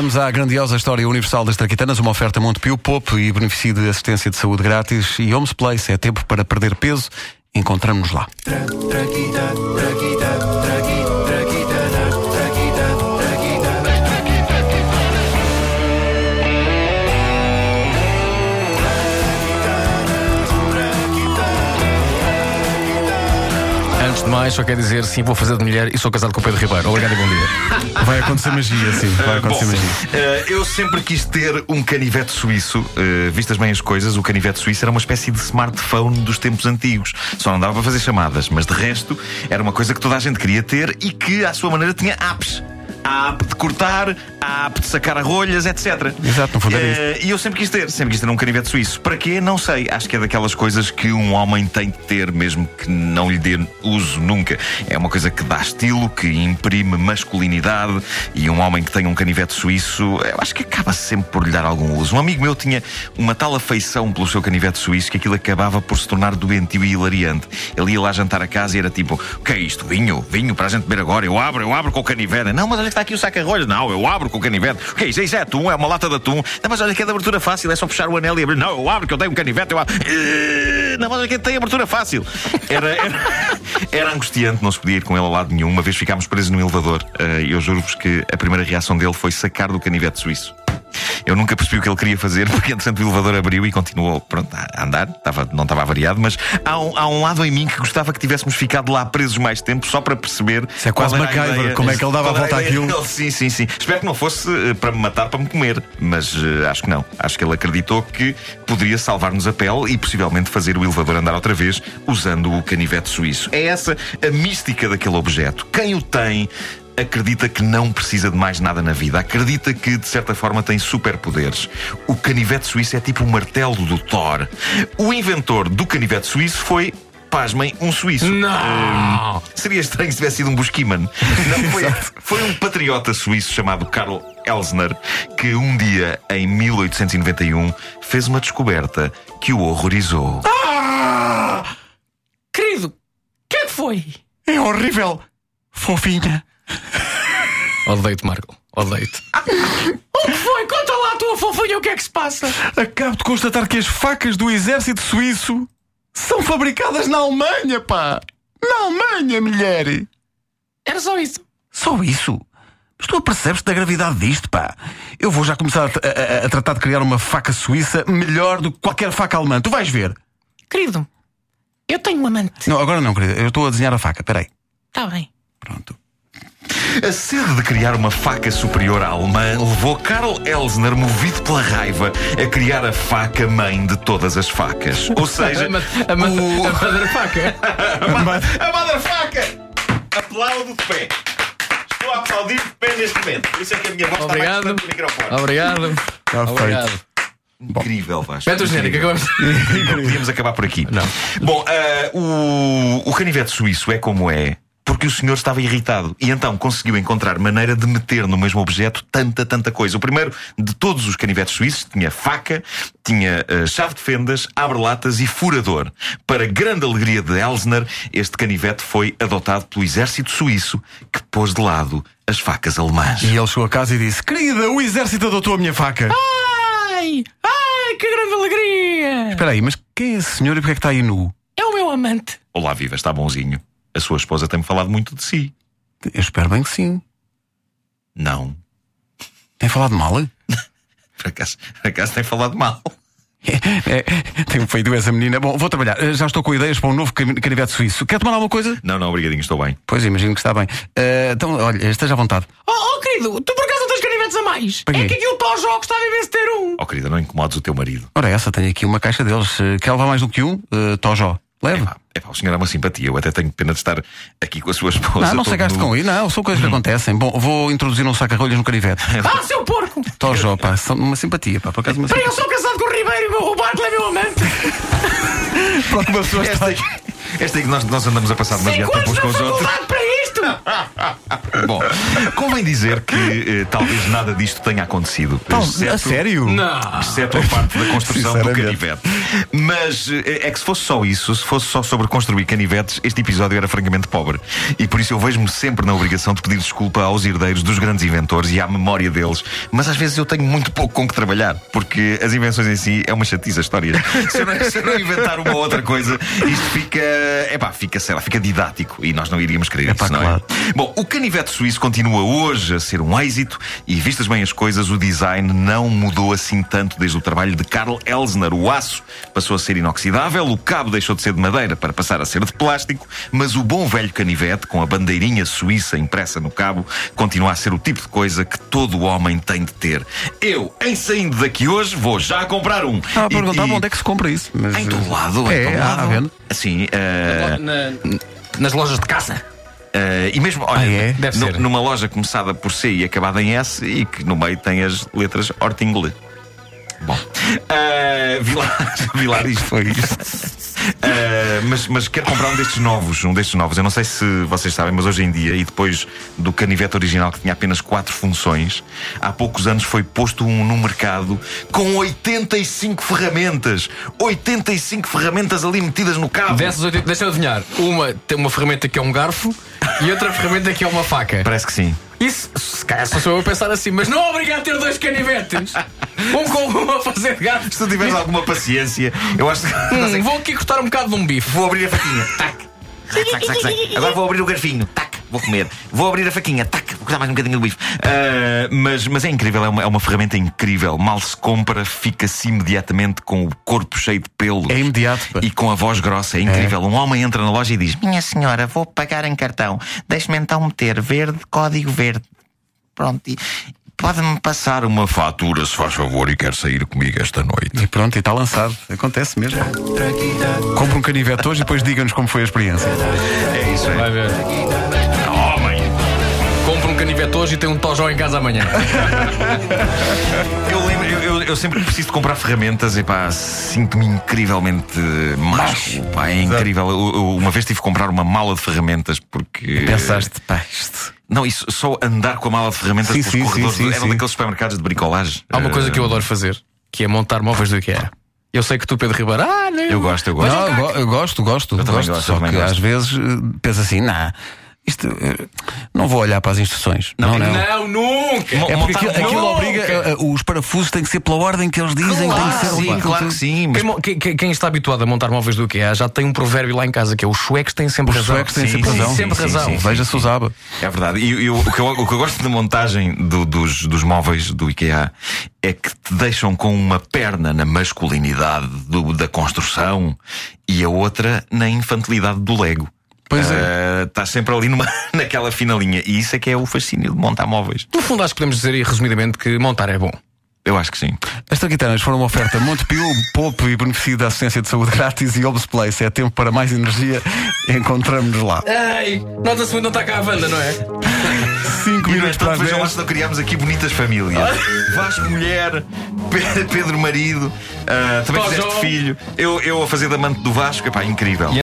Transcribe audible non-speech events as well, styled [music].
Vamos à grandiosa história universal das traquitanas, uma oferta Montepio, Pope e beneficio de assistência de saúde grátis e Homes Place. É tempo para perder peso. Encontramos-nos lá. Antes de mais, só quero dizer sim, vou fazer de mulher e sou casado com o Pedro Ribeiro. Obrigado e bom dia. Vai acontecer magia, sim. Vai acontecer Bom, magia. eh, eu sempre quis ter um canivete suíço. Eh, vistas bem as coisas, o canivete suíço era uma espécie de smartphone dos tempos antigos. Só não dava para fazer chamadas, mas de resto era uma coisa que toda a gente queria ter e que, à sua maneira, tinha apps. A app de cortar, a app de sacar rolhas, etc. Exato, no fundo era Eh, E eu sempre quis ter, sempre quis ter um canivete suíço. Para quê? Não sei. Acho que é daquelas coisas que um homem tem de ter, mesmo que não lhe dê uso nunca. É uma coisa que dá estilo, que imprime masculinidade. E um homem que tem um canivete suíço, eu acho que acaba sempre por lhe dar algum uso. Um amigo meu tinha uma tal afeição pelo seu canivete suíço que aquilo acabava por se tornar doentio e hilariante. Ele ia lá jantar a casa e era tipo: O que é isto? Vinho? Vinho para a gente beber agora? Eu abro, eu abro com o canivete. Não, mas olha que está aqui o saca rolho Não, eu abro com o canivete. O que é isto? Isso é atum, é uma lata de atum. Não, mas olha que é de abertura fácil, é só puxar o anel e abrir. Não, eu abro que eu tenho um canivete, eu abro. Eh, Não, mas olha que tem abertura fácil. Era, era, era angustiante, não se podia ir com ele a lado nenhum. Uma vez ficámos presos no elevador. Eh, eu juro-vos que a primeira reação dele foi sacar do canivete suíço. Eu nunca percebi o que ele queria fazer, [laughs] porque entretanto o elevador abriu e continuou pronto, a andar, Estava- não estava avariado, mas há um, há um lado em mim que gostava que tivéssemos ficado lá presos mais tempo só para perceber. Isso é qual quase era a MacGyver, ideia- como é que ele dava a qual era volta ideia àquilo. dele. Sim, sim, sim. Espero que não fosse eh, para me matar, para me comer, mas eh, acho que não. Acho que ele acreditou que poderia salvar-nos a pele e possivelmente fazer o elevador andar outra vez usando o canivete suíço. É essa a mística daquele objeto. Quem o tem acredita que não precisa de mais nada na vida, acredita que de certa forma tem superpoderes. O canivete suíço é tipo o martelo do Thor. O inventor do canivete suíço foi, pasmem, um suíço. Não! Seria estranho se tivesse sido um busquiman. Não, foi, foi um patriota suíço chamado Karl Elsner que um dia, em 1891, fez uma descoberta que o horrorizou. Ah! Querido, o que é que foi? Ah! É horrível. Fofinha. Odeio-te, Marco. Odeio-te. O que foi? Conta lá a tua fofinha o que é que se passa. Acabo de constatar que as facas do exército suíço são fabricadas na Alemanha, pá. Na Alemanha, mulher. Era só isso. Só isso? Mas tu apercebes da gravidade disto, pá. Eu vou já começar a, a- a tratar de criar uma faca suíça melhor do que qualquer faca alemã. Tu vais ver. Querido, eu tenho um amante. Não, agora não, querida. Eu estou a desenhar a faca. Peraí. Está bem. Pronto. A sede de criar uma faca superior à alemã levou Karl Elsner, movido pela raiva, a criar a faca mãe de todas as facas. Ou seja, [laughs] A, ma- a, ma- a madrafaca. A motherfucker! Aplaudo de pé. Estou a aplaudir de pé neste momento. Por isso é que a minha voz está Obrigado. Ah, mais perto do microfone. Obrigado. Está Obrigado. Incrível, Vasco. Mete o é genérico, Incrível. acabamos. Incrível. Podíamos acabar por aqui. Não. Bom, ah, o, o canivete suíço é como é. Porque o senhor estava irritado e então conseguiu encontrar maneira de meter no mesmo objeto tanta, tanta coisa. O primeiro de todos os canivetes suíços tinha faca, tinha ah, chave de fendas, abre-latas e furador. Para grande alegria de Elsner, este canivete foi adotado pelo exército suíço que pôs de lado as facas alemãs. E ele chegou a casa e disse: Querida, o exército adotou a minha faca. Ah! Ai, ai, que grande alegria. Espera aí, mas quem é esse senhor e porque é que está aí nu? É o meu amante. Olá, viva, está bonzinho. A sua esposa tem-me falado muito de si. Eu espero bem que sim. Não. Tem falado mal? É, Por acaso, por acaso tem falado mal. é, tenho feito essa menina. Bom, vou trabalhar. Eh, Já estou com ideias para um novo cani- canivete suíço. Quer tomar alguma coisa? Não, não, obrigadinho, estou bem. Pois, imagino que está bem. Eh, então, olha, esteja à vontade. Oh, oh, querido, tu por acaso não tens canivetes a mais? Para quê? É que aquilo para os jogos estava imenso de ter [laughs] um. Oh, querida, não incomodes o teu marido. Ora, essa, tenho aqui uma caixa deles. Eh, Quer levar mais do que um? Eh, Tojó. Leve. Epá, epá, o senhor é uma simpatia. Eu até tenho pena de estar aqui com a sua esposa. Não, não se todo gaste nu. com isso. Não, são coisas que acontecem. Bom, vou introduzir um saca-rolhas no canivete. Ah, seu porco. Tojó, pá. São uma simpatia, pá. Por acaso, uma Espera, eu simpatia. sou casado com o Ribeiro e o meu- o Bartle é meu amante. Para que uma pessoa Esta, está... [laughs] esta é que nós, nós andamos a passar Sei demasiado tempo quantos uns na com os outros. faculdade para isto. Bom, convém dizer que eh, talvez nada disto tenha acontecido. Tal- exceto, Então, A sério? Não. Exceto a parte da construção do Sinceramente. canivete. Mas eh, é que se fosse só isso, se fosse só sobre construir canivetes, este episódio era francamente pobre. E por isso eu vejo-me sempre na obrigação de pedir desculpa aos herdeiros dos grandes inventores e à memória deles. Mas às vezes eu tenho muito pouco com que trabalhar, porque as invenções em si é uma chatice a história. se, eu não, se eu não inventar uma ou outra coisa, isto fica, epá, fica, sei lá, fica didático e nós não iríamos querer Epá, isso, não é? claro. Bom, o canivete suíço continua hoje a ser um êxito e, vistas bem as coisas, o design não mudou assim tanto desde o trabalho de Karl Elsner. O aço passou a ser inoxidável, o cabo deixou de ser de madeira para passar a ser de plástico, mas o bom velho canivete, com a bandeirinha suíça impressa no cabo, continua a ser o tipo de coisa que todo homem tem de ter. Eu, em saindo daqui hoje, vou já comprar um. Estava a E- perguntar e- onde é que se compra isso. Mas... Em todo lado, em É, todo à lado. venda. Assim, eh, nas lojas de caça. Eh, e mesmo, olha, Ah, é? Deve nu- ser. numa loja começada por C e acabada em S e que no meio tem as letras Hortingle. Bom, eh, Vilar, [laughs] Vilar, isto foi isto. Eh, mas, mas quero comprar um destes novos, um destes novos. Eu não sei se vocês sabem, mas hoje em dia, e depois do canivete original que tinha apenas quatro funções, há poucos anos foi posto um no mercado com 85 ferramentas. 85 ferramentas ali metidas no cabo. Dessas 80, deixa eu adivinhar. Uma tem uma ferramenta que é um garfo e outra ferramenta que é uma faca. Parece que sim. Isso, se calhar só sou eu a pensar assim, mas não é obrigado a ter dois canivetes. Um com uma a fazer de garfo. Se tu tiveres alguma paciência, eu acho que. [laughs] não sei, Hum, vou aqui cortar um bocado de um bife. Vou abrir a faquinha. Tac. Sac, sac, sac, sac. Agora vou abrir o garfinho. Tac. Vou comer. Vou abrir a faquinha. Tac. Vou cortar mais um bocadinho do bife. Ah, mas, mas é incrível. É uma, é uma ferramenta incrível. Mal se compra, fica-se imediatamente com o corpo cheio de pelos. É imediato, pá. E com a voz grossa. É incrível. Um homem entra na loja e diz: Minha senhora, vou pagar em cartão. Deixe-me então meter verde, código verde. Pronto. E pode-me passar uma fatura, se faz favor, e quer sair comigo esta noite. E pronto, e está lançado. Acontece mesmo. Compre um canivete hoje e depois diga-nos como foi a experiência. É isso, é. Vai ver. Homem. Compro um canivete hoje e tenho um tojão em casa [laughs] amanhã. Eu lembro, eu, eu- eu sempre que preciso de comprar ferramentas e pá, sinto-me incrivelmente macho. Pá, é incrível. Eu- eu uma vez tive que comprar uma mala de ferramentas porque. Pensaste, pá, isto. Não, isso, só andar com a mala de ferramentas Sim, pelos sim, corredores. sim, sim, era sim. daqueles supermercados de bricolagem. Há uma coisa que eu adoro fazer, que é montar móveis do IKEA. Eu sei que tu, Pedro Ribeiro, ah, não. Eu gosto, eu gosto. Não, eu, go- eu gosto, gosto, também gosto, gosto, Só eu também que gosto. às vezes eh, penso assim, nah, isto. eh, Não vou olhar para as instruções. Não, não. Não, nunca! Mo- É porque montar- aquilo, aquilo Não, obriga. cara. eh, eh, Os parafusos têm que ser pela ordem que eles dizem, Ah, têm que ser Claro, sim, aquilo claro tudo. que sim. Mas Quem, mo- quem- quem- quem está habituado a montar móveis do IKEA já tem um provérbio lá em casa que é os suecos têm sempre Os razão. suecos têm Sim, sempre sim, razão. sempre razão. sim, sim. Veja se usava. É verdade. E eu- eu- o, que eu, o que eu gosto da montagem do- dos, dos móveis do IKEA é que te deixam com uma perna na masculinidade do- da construção e a outra na infantilidade do Lego. Pois é. Estás sempre ali numa, [laughs] naquela finalinha. E isso é que é o fascínio de montar móveis. No fundo, acho que podemos dizer aí, resumidamente, que montar é bom. Eu acho que sim. As traquitanas foram uma oferta Montepio, Popo e benefício da Assistência de Saúde Grátis e Obs Place. É tempo para mais energia. Encontramos-nos lá. Ai, nota-se muito não está cá a banda, não é? 5 E no minutos para entanto, as vejam lá 10. se não criámos aqui bonitas famílias. Vasco mulher, Pe- Pedro marido, ah, também Pá, fizeste João. filho. Eu, eu a fazer da amante do Vasco, epá, incrível.